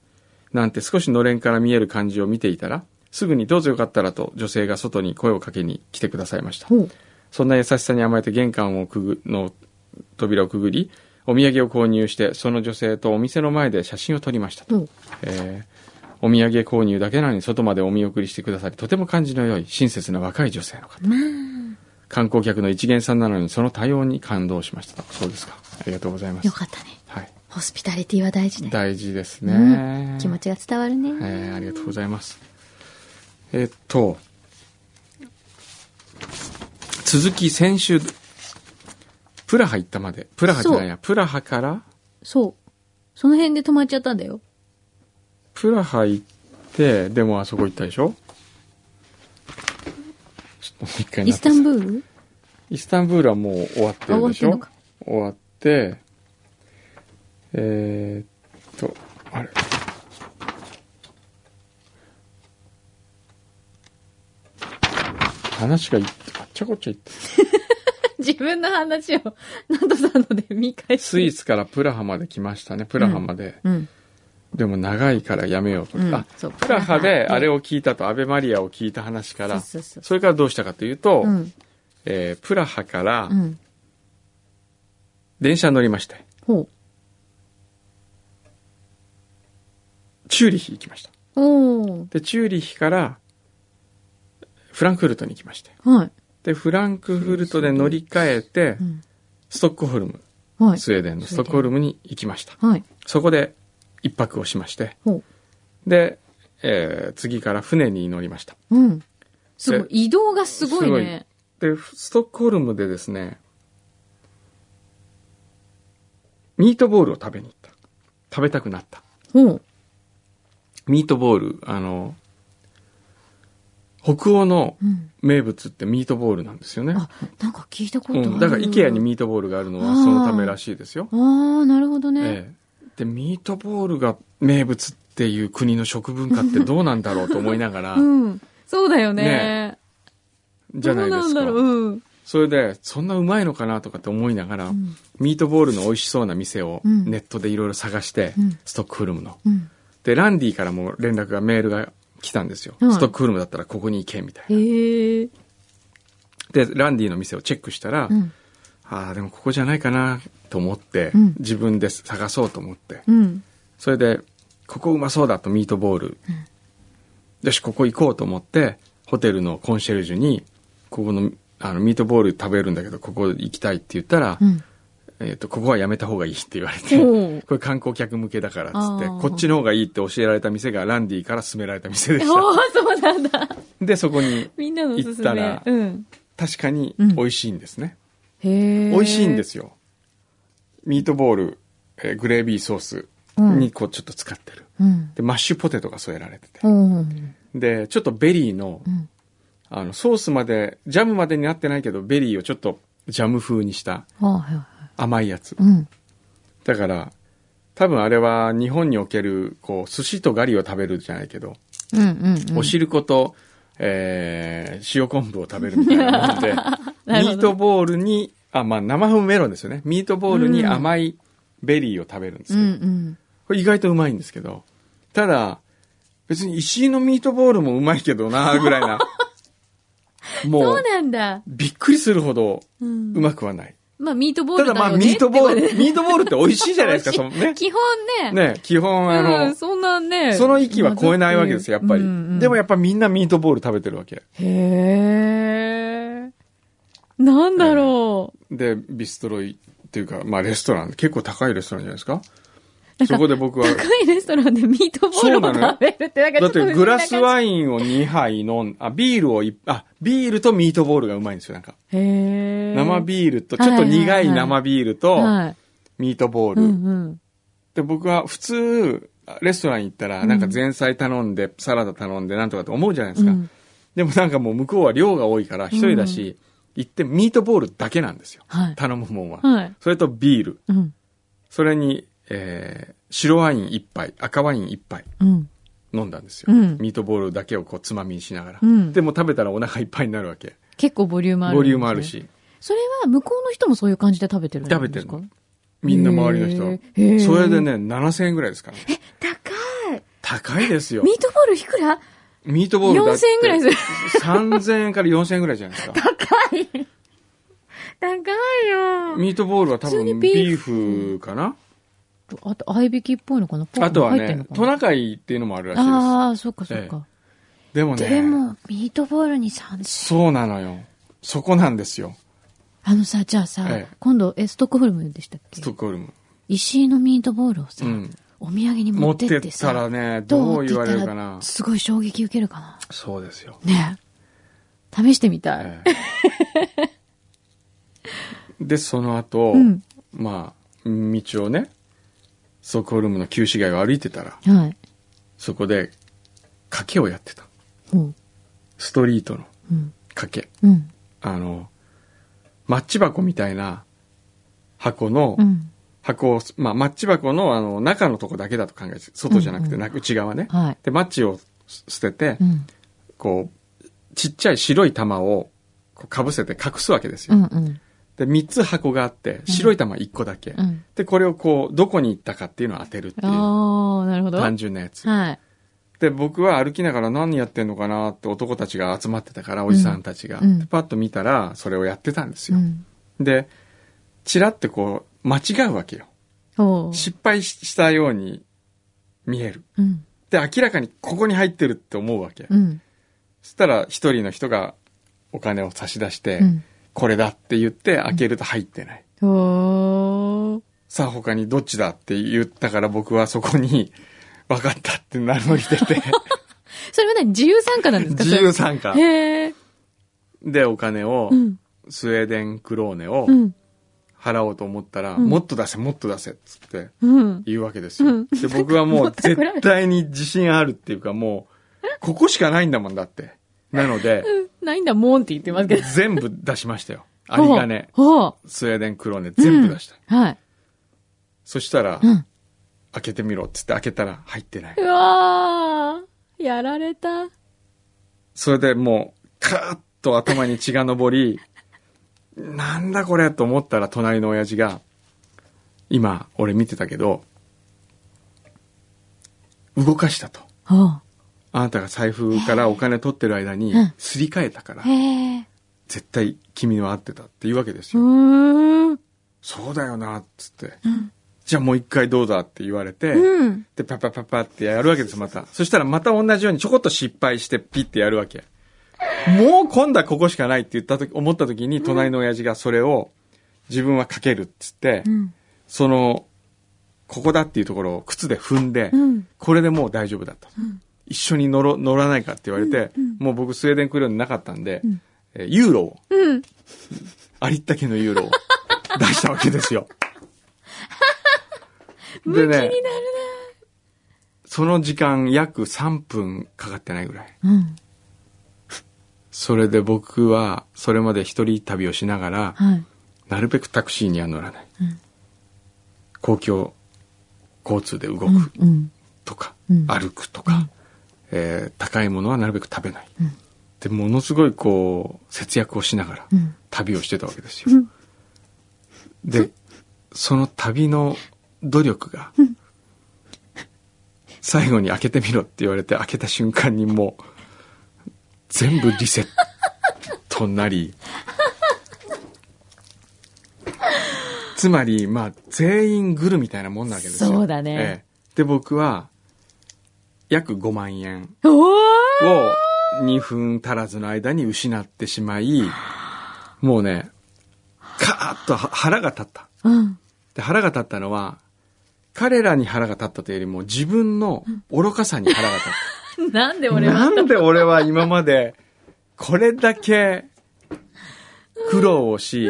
Speaker 1: なんて少しのれんから見える感じを見ていたらすぐにどうぞよかったらと女性が外に声をかけに来てくださいました
Speaker 2: ほう。
Speaker 1: そんな優しさに甘えて玄関をくぐの扉をくぐりお土産を購入してその女性とお店の前で写真を撮りましたと
Speaker 2: ほう。
Speaker 1: えーお土産購入だけなのに外までお見送りしてくださりとても感じの良い親切な若い女性の方
Speaker 2: まあ。
Speaker 1: 観光客の一元さんなのにその対応に感動しましたそうですかありがとうございます
Speaker 2: よかったね。
Speaker 1: はい、
Speaker 2: ホスピタリティは大事だよ。
Speaker 1: 大事です
Speaker 2: う
Speaker 1: ね、
Speaker 2: ん気持ちが伝わるね。
Speaker 1: えーありがとうございますえっと続き先週プラハ行ったまでプラハじゃないやプラハから
Speaker 2: そう。その辺で止まっちゃったんだよ。
Speaker 1: プラハ行ってでもあそこ行ったでしょちょっともう一回
Speaker 2: イスタン
Speaker 1: ール
Speaker 2: ブール
Speaker 1: イスタンブールはもう終わってるでしょ
Speaker 2: あ終わってんのか
Speaker 1: 終わってえーっとあれ話がいっあっちゃこっちゃいって
Speaker 2: 自分の話を、なんとさんので見返して。
Speaker 1: スイスからプラハまで来ましたねプラハまで、
Speaker 2: うん。
Speaker 1: でも長いからやめようと、
Speaker 2: うん
Speaker 1: あ
Speaker 2: そう
Speaker 1: プラハで
Speaker 2: プラハで
Speaker 1: あれを聞いたとアベマリアを聞いた話から
Speaker 2: そうそうそ
Speaker 1: それからどうしたかというと、
Speaker 2: う。うん。
Speaker 1: えープラハから
Speaker 2: うん。
Speaker 1: 電車に乗りまして、
Speaker 2: ほ
Speaker 1: チューリヒ行きました
Speaker 2: う。おー。
Speaker 1: でチューリヒからフランクフルトに行きまして
Speaker 2: はい。
Speaker 1: でフランクフルトで乗り換えて
Speaker 2: うん。
Speaker 1: ストックホルム
Speaker 2: はい。
Speaker 1: スウェーデンのストックホルムに行きました
Speaker 2: はい。
Speaker 1: そこで一泊をしまして
Speaker 2: ほ
Speaker 1: で、えー次から船に乗りました
Speaker 2: う。うん。すごい。移動がすごいね。
Speaker 1: でストックホルムでですねミートボールを食べに行った食べたくなった
Speaker 2: ほう。
Speaker 1: ミートボールあの北欧の
Speaker 2: うん。
Speaker 1: 名物ってミートボールなんですよね
Speaker 2: あ、なんか聞いたことあ
Speaker 1: う
Speaker 2: る。
Speaker 1: ん、だから IKEA にミートボールがあるのはそのためらしいですよ。
Speaker 2: あー、なるほどね。
Speaker 1: ええ、でミートボールが名物っていう国の食文化ってどうなんだろうと思いながら、
Speaker 2: うん。そうだよね
Speaker 1: ね。じゃないで
Speaker 2: どう
Speaker 1: す
Speaker 2: んだ
Speaker 1: か
Speaker 2: ろう。うん。
Speaker 1: それでそんなうまいのかなとかって思いながら、
Speaker 2: うん
Speaker 1: ミートボールの美味しそうな店を
Speaker 2: うん
Speaker 1: ネットでいろいろ探して、
Speaker 2: うん
Speaker 1: ストックホルムの。
Speaker 2: うん。
Speaker 1: でランディからも連絡がメールが来たんですよ、
Speaker 2: はい
Speaker 1: ストックホルムだったらここに行けみたいな。
Speaker 2: へえ。
Speaker 1: で、ランディの店をチェックしたら、
Speaker 2: うん。
Speaker 1: ああ、でもここじゃないかなと思って、
Speaker 2: うん
Speaker 1: 自分で探そうと思って。
Speaker 2: うん。
Speaker 1: それで、ここうまそうだとミートボール。よし、ここ行こうと思って、ホテルのコンシェルジュに、ここの、あの、ミートボール食べるんだけど、ここ行きたいって言ったら、
Speaker 2: うん。
Speaker 1: えっ、と、ここはやめた方がいいって言われて、
Speaker 2: おー
Speaker 1: これ観光客向けだからっつって
Speaker 2: あー
Speaker 1: こっちの方がいいって教えられた店がランディから勧められた店で
Speaker 2: おー、
Speaker 1: し
Speaker 2: そうなんだ。
Speaker 1: たでそこに
Speaker 2: みんなのおすす
Speaker 1: 行ったら
Speaker 2: め。うん。
Speaker 1: 確かに
Speaker 2: うん
Speaker 1: 美味しいんですね、
Speaker 2: へえ。。
Speaker 1: 美味しいんですすよミートボール、えーグレービーソース
Speaker 2: うん
Speaker 1: にこうちょっと使ってる、
Speaker 2: うん。
Speaker 1: でマッシュポテトが添えられてて
Speaker 2: うん。
Speaker 1: でちょっとベリーの,、
Speaker 2: ん
Speaker 1: あのソースまでジャムまでになってないけどベリーをちょっとジャム風にした
Speaker 2: ああ、はいは
Speaker 1: 甘いやつ
Speaker 2: い。うん。
Speaker 1: だから多分あれは日本におけるこう寿司とガリを食べるじゃないけど、
Speaker 2: うんうんうん。
Speaker 1: お汁粉と、えー塩昆布を食べるみたいなもんで、
Speaker 2: なるほど
Speaker 1: ミートボールに、あ、まあ、生ハムメロンですよね。ミートボールに甘いベリーを食べるんです
Speaker 2: う
Speaker 1: け
Speaker 2: ん
Speaker 1: ど、
Speaker 2: うん。
Speaker 1: これ意外とうまいんですけど、ただ、別に石井のミートボールもうまいけどな、ぐらい な。も
Speaker 2: そう
Speaker 1: う、
Speaker 2: なんだ。
Speaker 1: びっくりするほど
Speaker 2: う。
Speaker 1: うんまくはない。
Speaker 2: まあ、ミートボー
Speaker 1: た
Speaker 2: ルだ
Speaker 1: だ
Speaker 2: よ
Speaker 1: ま
Speaker 2: ね。
Speaker 1: あ、ミートボー
Speaker 2: って
Speaker 1: ル、
Speaker 2: こ
Speaker 1: ミートボールって美味しいじゃないですか、
Speaker 2: 美味
Speaker 1: そのね
Speaker 2: と。基本ね。
Speaker 1: ね、基本あ
Speaker 2: う
Speaker 1: の、
Speaker 2: ん、そんなね。
Speaker 1: その域は超えないわけですよ、やっぱり。でもや
Speaker 2: っ
Speaker 1: っぱみんなミートボール食べてるわけ。
Speaker 2: ぱ。へえ。なんだろう。
Speaker 1: で、ビストロイっていうか、まあレストラン、結構高いレストランじゃないですか。
Speaker 2: なんか
Speaker 1: そこで僕は、
Speaker 2: 高いレストランでミートボー
Speaker 1: そ
Speaker 2: ルを
Speaker 1: うなのよ
Speaker 2: 食べるって、なんかち
Speaker 1: だ
Speaker 2: ょ
Speaker 1: っ
Speaker 2: っと
Speaker 1: て
Speaker 2: 不思議な感じ
Speaker 1: グラスワインを2杯飲ん、あ、ビールをいあ、ビールとミートボールがうまいんですよ、なんか。
Speaker 2: へえ。
Speaker 1: 生
Speaker 2: ー
Speaker 1: ビールと、ちょっと
Speaker 2: はいは
Speaker 1: 苦
Speaker 2: い
Speaker 1: い
Speaker 2: はい
Speaker 1: 生ビールと、
Speaker 2: はい。
Speaker 1: ミートボー
Speaker 2: う
Speaker 1: ル。
Speaker 2: んうん。
Speaker 1: で、僕は普通、レストラン行ったら、なんか前菜頼んで、サラダ頼んで、なんとかって思うじゃないですか。
Speaker 2: うん
Speaker 1: でもなんかもう向こうは量が多いから、一人だし、行ってミートボールだけなんですよ。
Speaker 2: はい。
Speaker 1: 頼むもんは。
Speaker 2: はい。
Speaker 1: それとビール。
Speaker 2: うん。
Speaker 1: それに、えー白ワイン1杯、赤ワイン1杯
Speaker 2: うん。
Speaker 1: 飲んだんですよ。
Speaker 2: うん
Speaker 1: ミートボールだけをこうつまみにしながら。
Speaker 2: うん
Speaker 1: でも食べたらお腹いっぱいになるわけ。
Speaker 2: 結構ボリュームある。
Speaker 1: ボリュームある。し。
Speaker 2: それは向こうの人もそういう感じで食べてるんですか
Speaker 1: 食べてるのみんな周りの人は
Speaker 2: へ。ー
Speaker 1: それでね、7000円ぐらいですからね、
Speaker 2: 高い。
Speaker 1: 高いですよ
Speaker 2: ミ。ートボールいくら
Speaker 1: ミートボールだって。
Speaker 2: ?4000 円ぐらいする。
Speaker 1: 3000円から4000円ぐらいじゃないですか。
Speaker 2: 高い。高いよ。
Speaker 1: ミートボールは多
Speaker 2: 普通に
Speaker 1: 分
Speaker 2: ビ
Speaker 1: ビ
Speaker 2: ー
Speaker 1: ー
Speaker 2: フ
Speaker 1: フかな
Speaker 2: あと、合いびきっぽいのかなポー
Speaker 1: あ
Speaker 2: ク
Speaker 1: と
Speaker 2: も
Speaker 1: は
Speaker 2: 入ってん
Speaker 1: ね
Speaker 2: の、か
Speaker 1: ト
Speaker 2: な
Speaker 1: ナカイっていうのもあるらしいで
Speaker 2: ああ、そっかそっか。
Speaker 1: す。でもね、
Speaker 2: でも、ミートボールに3000
Speaker 1: そうなのよ。そこなんですよ。
Speaker 2: あのさ、じゃあさ
Speaker 1: ええ、
Speaker 2: 今度、え、ストックホルムでしたっけ
Speaker 1: ストックホルム。
Speaker 2: 石井のミートボールをさ
Speaker 1: う、ん。
Speaker 2: お土産に
Speaker 1: 持
Speaker 2: 持
Speaker 1: っ
Speaker 2: って
Speaker 1: て
Speaker 2: っ
Speaker 1: ってたら
Speaker 2: さ、
Speaker 1: ね、ど
Speaker 2: ど
Speaker 1: う言
Speaker 2: う言
Speaker 1: わ
Speaker 2: わ
Speaker 1: れ
Speaker 2: れ
Speaker 1: る
Speaker 2: る
Speaker 1: か
Speaker 2: か
Speaker 1: な
Speaker 2: な。。すごい衝撃受けるかな。
Speaker 1: そうですよ。
Speaker 2: ねえ。試してみたい。
Speaker 1: ええで、その後、
Speaker 2: うん
Speaker 1: まあ、道をね、ストックホルムの旧市街を歩いてたら、
Speaker 2: はい。
Speaker 1: そこで、賭けをやってた。
Speaker 2: うん。
Speaker 1: ストリートの
Speaker 2: うん。
Speaker 1: 賭け。
Speaker 2: うん。
Speaker 1: あの、マッチ箱みたいな箱の、
Speaker 2: うん。
Speaker 1: 箱を、まあ、マッチ箱のあの中のとこだけだと考えて、外じゃなくて、
Speaker 2: うんうん
Speaker 1: な内側ね。
Speaker 2: はい。
Speaker 1: で、マッチを捨てて、
Speaker 2: うん。
Speaker 1: こう、ちっちゃい白い玉を、こう、被せて隠すわけですよ。
Speaker 2: うん。うん。
Speaker 1: で、3つ箱があって、白い玉1個だけ。
Speaker 2: うん。
Speaker 1: で、これをこう、どこに行ったかっていうのを当てるっていう、
Speaker 2: ああ、なるほど。は
Speaker 1: 単
Speaker 2: い。
Speaker 1: 純なやつ。
Speaker 2: はい。
Speaker 1: で、僕は歩きながら何やってんのかなって男たちが集まってたから、おじさんたちが。
Speaker 2: うん
Speaker 1: でパッと見たら、それをやってたんです
Speaker 2: う
Speaker 1: よ。
Speaker 2: ん。
Speaker 1: で、チラってこう、間違うわけよ。
Speaker 2: おー
Speaker 1: 失敗ししたように見える。
Speaker 2: うん。
Speaker 1: で、明らかにここに入ってるって思うわけ。
Speaker 2: うん。
Speaker 1: そしたら、一人の人がお金を差し出して、
Speaker 2: うん。
Speaker 1: これだって言って開けると入ってない。
Speaker 2: おー。
Speaker 1: さあ他にどっちだって言ったから僕はそこに 分かったって名乗り出 て
Speaker 2: それは何自由参加なんですか
Speaker 1: 自由参加
Speaker 2: それへえ。
Speaker 1: でお金を
Speaker 2: うん。
Speaker 1: スウェーデンクローネを
Speaker 2: うん。
Speaker 1: 払おうと思ったら、
Speaker 2: ん
Speaker 1: もっと出せもっと出せっつって
Speaker 2: うん。
Speaker 1: 言うわけですよ、
Speaker 2: うん
Speaker 1: で僕はも
Speaker 2: も
Speaker 1: う
Speaker 2: っと比べ
Speaker 1: 絶対に自信あるっていうかもうここしかないんだもんだってなので
Speaker 2: ないんだもんって言ってますけど。
Speaker 1: 全部出しましたよ有り金
Speaker 2: ほう。
Speaker 1: スウェーデンクローネ全部出した、
Speaker 2: ほう。はい。
Speaker 1: そしたら、
Speaker 2: うん。
Speaker 1: 開けてみろっつって開けたら入ってないう
Speaker 2: わー。やられた。
Speaker 1: それでもう、カーッと頭に血が上り、なんだこれと思ったら隣の親父が、今、俺見てたけど、動かしたと。
Speaker 2: ほう。
Speaker 1: あなたが財布からお金取ってる間に
Speaker 2: うん、
Speaker 1: すり替えたから
Speaker 2: へ、え。
Speaker 1: 絶対君は合ってたっていうわけです
Speaker 2: う
Speaker 1: よ。
Speaker 2: ーん。
Speaker 1: そうだよな、っつって。じゃあもう一回どうだって言われて、
Speaker 2: うん。
Speaker 1: で、パパパパってやるわけです、また。そしたらまた同じようにちょこっと失敗してピッてやるわけ。もう今度はここしかないって言ったとき、思った時に隣の親父がそれを自分はかけるっつって、
Speaker 2: うん。
Speaker 1: その、ここだっていうところを靴で踏んで、
Speaker 2: うん。
Speaker 1: これでもう大丈夫だと。一緒に乗ろ乗らないかって言われて、もう僕スウェーデン来るようになかったんで、
Speaker 2: ん
Speaker 1: えーユーロを、
Speaker 2: うん。
Speaker 1: ありったけのユーロを出したわけです よ。
Speaker 2: 向きになる
Speaker 1: その時間約3分かかってないぐらい。
Speaker 2: な。うん。
Speaker 1: それで僕は、それまで一人旅をしながら、
Speaker 2: はい。
Speaker 1: なるべくタクシーには乗らない。公共交通で動く。
Speaker 2: うん。
Speaker 1: とか、
Speaker 2: うん
Speaker 1: 歩くとか、えー高いものはなるべく食べない、でものすごいこう節約をしながら
Speaker 2: うん
Speaker 1: 旅をしてたわけですよ、でその旅の努力が最後に開けてみろって言われて開けた瞬間にもう全部リセットになりつまりまあ全員グルみたいなもんなわけですよ
Speaker 2: そうだ
Speaker 1: え
Speaker 2: ね
Speaker 1: えで僕は約5万円
Speaker 2: おー
Speaker 1: を2分足らずの間に失ってしまい、もうね、カーッとは腹が立った。
Speaker 2: うん。
Speaker 1: で、腹が立ったのは、彼らに腹が立ったというよりも自分の愚かさに腹が立っ
Speaker 2: なんで
Speaker 1: た。
Speaker 2: 俺は。
Speaker 1: なんで俺は今までこれだけ苦労をし、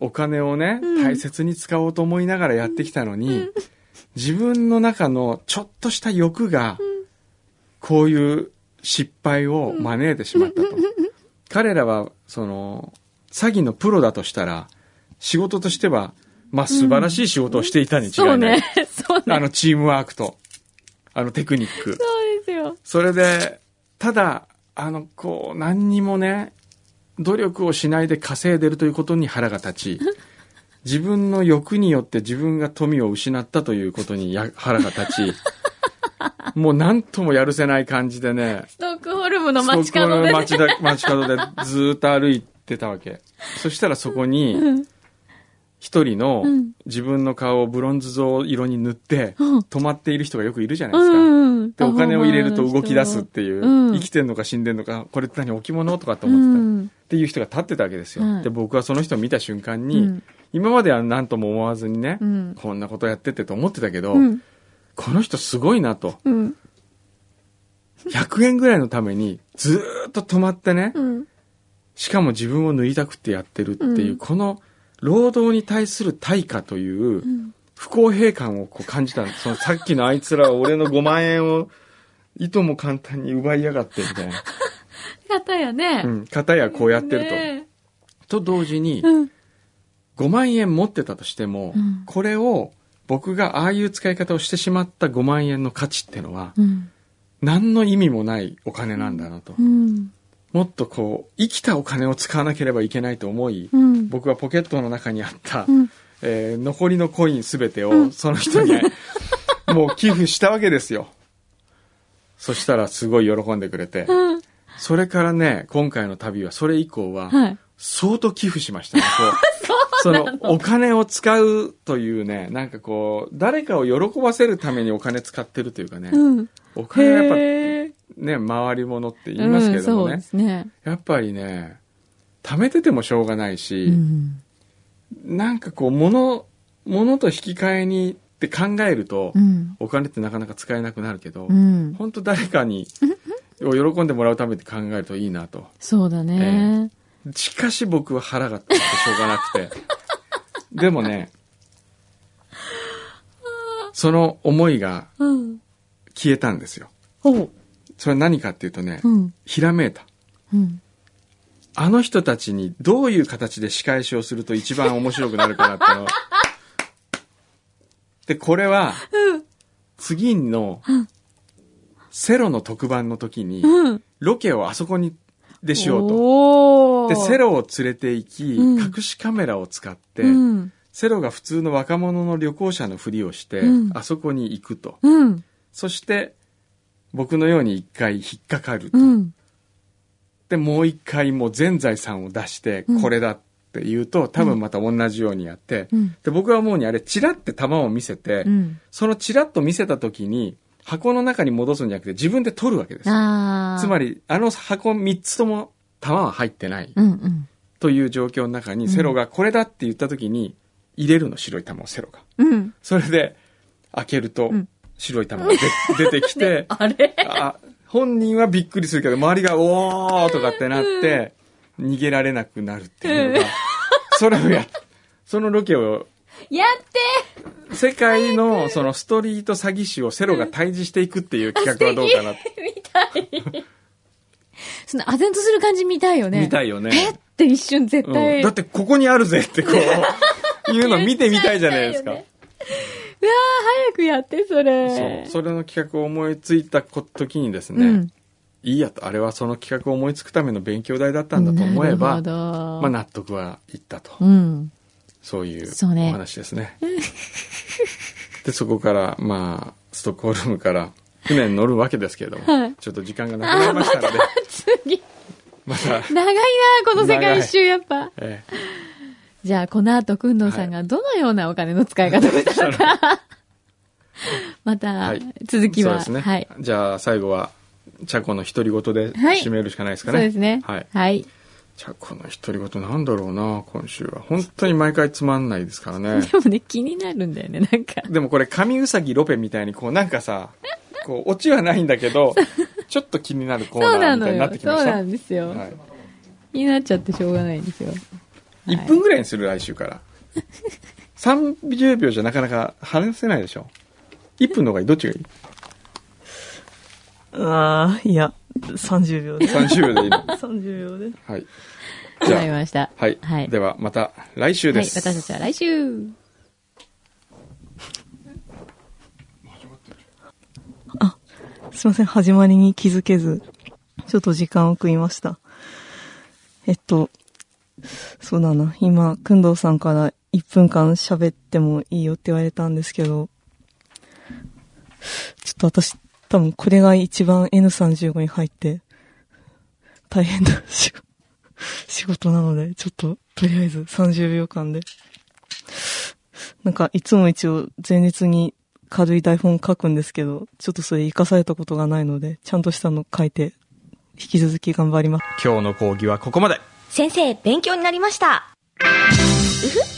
Speaker 1: お金をね、大切に使おうと思いながらやってきたのに、自分の中のちょっとした欲が、こういう失敗を招いてしま ったと。彼らは、その、詐欺のプロだとしたら、仕事としては、まあ素晴らしい仕事をしていたに違い
Speaker 2: そう
Speaker 1: ない。
Speaker 2: ね。そう
Speaker 1: あ
Speaker 2: ね。
Speaker 1: のチームワークと、あのテクニック。
Speaker 2: そうですよ。
Speaker 1: それで、ただ、あの、こう、何にもね、努力をしないで稼いでるということに腹が立 ち、自分の欲によって自分が富を失ったということにや腹が立ち、もう何ともやるせない感じでね、
Speaker 2: ストックホルムの街
Speaker 1: そこ
Speaker 2: 角
Speaker 1: の
Speaker 2: でね。
Speaker 1: 街だ街角でずーっと歩いてたわけ。そしたらそこに、一人の
Speaker 2: うん
Speaker 1: 自分の顔をブロンズ像色に塗って、
Speaker 2: うん
Speaker 1: 止まっている人がよくいるじゃないですか。
Speaker 2: うん。
Speaker 1: で、お金を入れると動き出すっていう、
Speaker 2: うん
Speaker 1: 生きてんのか死んでんのか、これって何置物とかと
Speaker 2: う
Speaker 1: 思ってた、っ
Speaker 2: ん。
Speaker 1: ていう人が立ってたわけですよ。
Speaker 2: はい
Speaker 1: で、僕はその人を見た瞬間に、
Speaker 2: うん
Speaker 1: 今までは何とも思わずにね、
Speaker 2: うん
Speaker 1: こんなことやっててと思ってたけど、
Speaker 2: うん。
Speaker 1: この人すごいなと。
Speaker 2: うん。
Speaker 1: 100円ぐらいのためにずーっと止まってね、
Speaker 2: うん。
Speaker 1: しかも自分を塗りたくってやってるっていう、
Speaker 2: うん
Speaker 1: この労働に対する対価という不公平感をこう感じたのそのさっきのあいつらは俺の5万円をいとも簡単に奪いやがってみたいな。
Speaker 2: 方やね。
Speaker 1: うん。片やこうやってると。
Speaker 2: ね
Speaker 1: と同時に
Speaker 2: え。、うん。
Speaker 1: 5万円持ってたとしても、
Speaker 2: うん
Speaker 1: これを僕がああいう使い方をしてしまった5万円の価値ってのは、
Speaker 2: うん。
Speaker 1: 何の意味もないお金なんだなと。
Speaker 2: うん。
Speaker 1: もっとこう、生きたお金を使わなければいけないと思い、
Speaker 2: うん。
Speaker 1: 僕はポケットの中にあった、
Speaker 2: うん
Speaker 1: えー残りのコインすべてをその人 に、もう寄付したわけですよ。そしたらすごい喜んでくれて、
Speaker 2: うん。
Speaker 1: それからね、今回の旅は、それ以降は、
Speaker 2: はい。
Speaker 1: 相当寄付しましたね。こうそのお金を使うというね、なんかこう、誰かを喜ばせるためにお金使ってるというかね、
Speaker 2: うん。
Speaker 1: お金はやっ
Speaker 2: へえ。
Speaker 1: ぱね、回り物って言いますけども
Speaker 2: うんそうで
Speaker 1: ね、
Speaker 2: すね。
Speaker 1: やっぱりね、貯めててもしょうがないし、
Speaker 2: うん。
Speaker 1: なんかこう、物、物と引き換えにって考えると、
Speaker 2: うん。
Speaker 1: お金ってなかなか使えなくなるけど、
Speaker 2: うん。
Speaker 1: 本当誰かに、を喜んでもらうためって考えるといいなと。
Speaker 2: そうだね。
Speaker 1: しかし僕は腹が立ってしょうがなくて。でもね、その思いが
Speaker 2: うん。
Speaker 1: 消えたんですよ。
Speaker 2: ほう。
Speaker 1: それは何かっていうとね、
Speaker 2: うん。
Speaker 1: ひらめいた。
Speaker 2: うん。
Speaker 1: あの人たちにどういう形で仕返しをすると一番面白くなるかなっての。で、これは、次の、セロの特番の時に、
Speaker 2: うん。
Speaker 1: ロケをあそこに、でしようと。
Speaker 2: おお。
Speaker 1: で、セロを連れて行き、
Speaker 2: うん
Speaker 1: 隠しカメラを使って、
Speaker 2: うん。
Speaker 1: セロが普通の若者の旅行者のふりをして、
Speaker 2: うん
Speaker 1: あそこに行くと。
Speaker 2: うん。
Speaker 1: そして、僕のように一回引っかかると。
Speaker 2: うん。
Speaker 1: で、もう一回もう全財産を出して、これだって言うと、多分また同じようにやって、
Speaker 2: うん
Speaker 1: で、僕は思うにあれ、チラって玉を見せて、
Speaker 2: うん。
Speaker 1: そのチラッと見せた時に、箱の中に戻すんじゃなくて自分で取るわけです。
Speaker 2: ああ。
Speaker 1: つま
Speaker 2: り、
Speaker 1: り、あの箱3つとも玉は入ってない
Speaker 2: うんうん。
Speaker 1: という状況の中に、セロがこれだって言った時に、入れるの、白い玉をセロが。
Speaker 2: うん。
Speaker 1: それで、開けると
Speaker 2: うん、
Speaker 1: 白い玉 がで出てきて、
Speaker 2: あれ
Speaker 1: あ、本人はびっくりするけど、周りが、おーとかってなって、逃げられなくなるっていう のが、それをや、そのロケを
Speaker 2: やって
Speaker 1: 世界のそのストリート詐欺師をセロが退治していくっていう企画はどうかなって、
Speaker 2: みたい。その、唖然とする感じ見たいよ ね。
Speaker 1: 見た
Speaker 2: い。
Speaker 1: いよね。
Speaker 2: えって一瞬絶
Speaker 1: う
Speaker 2: 対。
Speaker 1: ん、だってここにあるぜってこ う、いうの見てみたいじゃないですか。
Speaker 2: 言っちうわー早くやって、それ。
Speaker 1: そう。それの企画を思いついた時にですね、
Speaker 2: うん
Speaker 1: いいやと、あれはその企画を思いつくための勉強代だったんだと思えば、
Speaker 2: ま
Speaker 1: まあ納得はいったと。
Speaker 2: うん。
Speaker 1: そういう
Speaker 2: そうね
Speaker 1: お話ですね。で、そこから、まあ、ストックホルムから船に乗るわけですけれども、
Speaker 2: はい
Speaker 1: ちょっと時間がなくなりましたので、
Speaker 2: 次。
Speaker 1: また、
Speaker 2: 長いな、この世界一周、やっぱ。
Speaker 1: えー
Speaker 2: じゃあ、この後、くんどうさんがどのようなお金の使い方をしたのか、 また
Speaker 1: はい、
Speaker 2: 続き
Speaker 1: そう
Speaker 2: は、
Speaker 1: ですね。
Speaker 2: はい。
Speaker 1: じゃあ、最後は、チャコの独り言で
Speaker 2: はい
Speaker 1: 締めるしかないですか
Speaker 2: そう
Speaker 1: ね。
Speaker 2: ですね。
Speaker 1: はい。
Speaker 2: はい。
Speaker 1: チャコの独り言なんだろうな、今週は。本当に毎回つまんないですから ね。
Speaker 2: でもね、気になるんだよね、なんか。
Speaker 1: でもこれ、神うさぎロペみたいに、こう、なんかさ、こう、オチはないんだけ ど、ちょっと気になるコー
Speaker 2: そう
Speaker 1: ナー
Speaker 2: な
Speaker 1: み
Speaker 2: の
Speaker 1: たいにな
Speaker 2: よ
Speaker 1: っ。てき
Speaker 2: そ
Speaker 1: まし
Speaker 2: う
Speaker 1: た。
Speaker 2: なんですよ。
Speaker 1: はい
Speaker 2: 気になっちゃってしょうがないんですよ。はい
Speaker 1: 1分ぐらいにする来週から30秒じゃなかなか話せないでしょ1分の方がいいどっちがいい
Speaker 5: ああ、いや、30秒で。
Speaker 1: 30秒でいいの
Speaker 5: 30秒で。
Speaker 1: はい
Speaker 2: わ
Speaker 1: じゃ
Speaker 2: かり
Speaker 1: あ
Speaker 2: ました。
Speaker 1: はい、
Speaker 2: はい。
Speaker 1: ではまた来週
Speaker 2: は
Speaker 1: で
Speaker 2: い、
Speaker 1: す、
Speaker 2: 私たちは来週。
Speaker 5: すいません、始まりに気づけず、ちょっと時間を食いました。えっと、そうだな、今、くんどうさんから1分間喋ってもいいよって言われたんですけど、ちょっと私、多分これが一番 N35 に入って、大変な仕事仕事なので、ちょっと、とりあえず30秒間で。なんか、いつも一応、前日に軽い台本書くんですけど、ちょっとそれ活かされたことがないので、ちゃんとしたの書いて、引き続き頑張ります。
Speaker 1: 今日の講義はここまで
Speaker 7: 先生、勉強になりました。うふ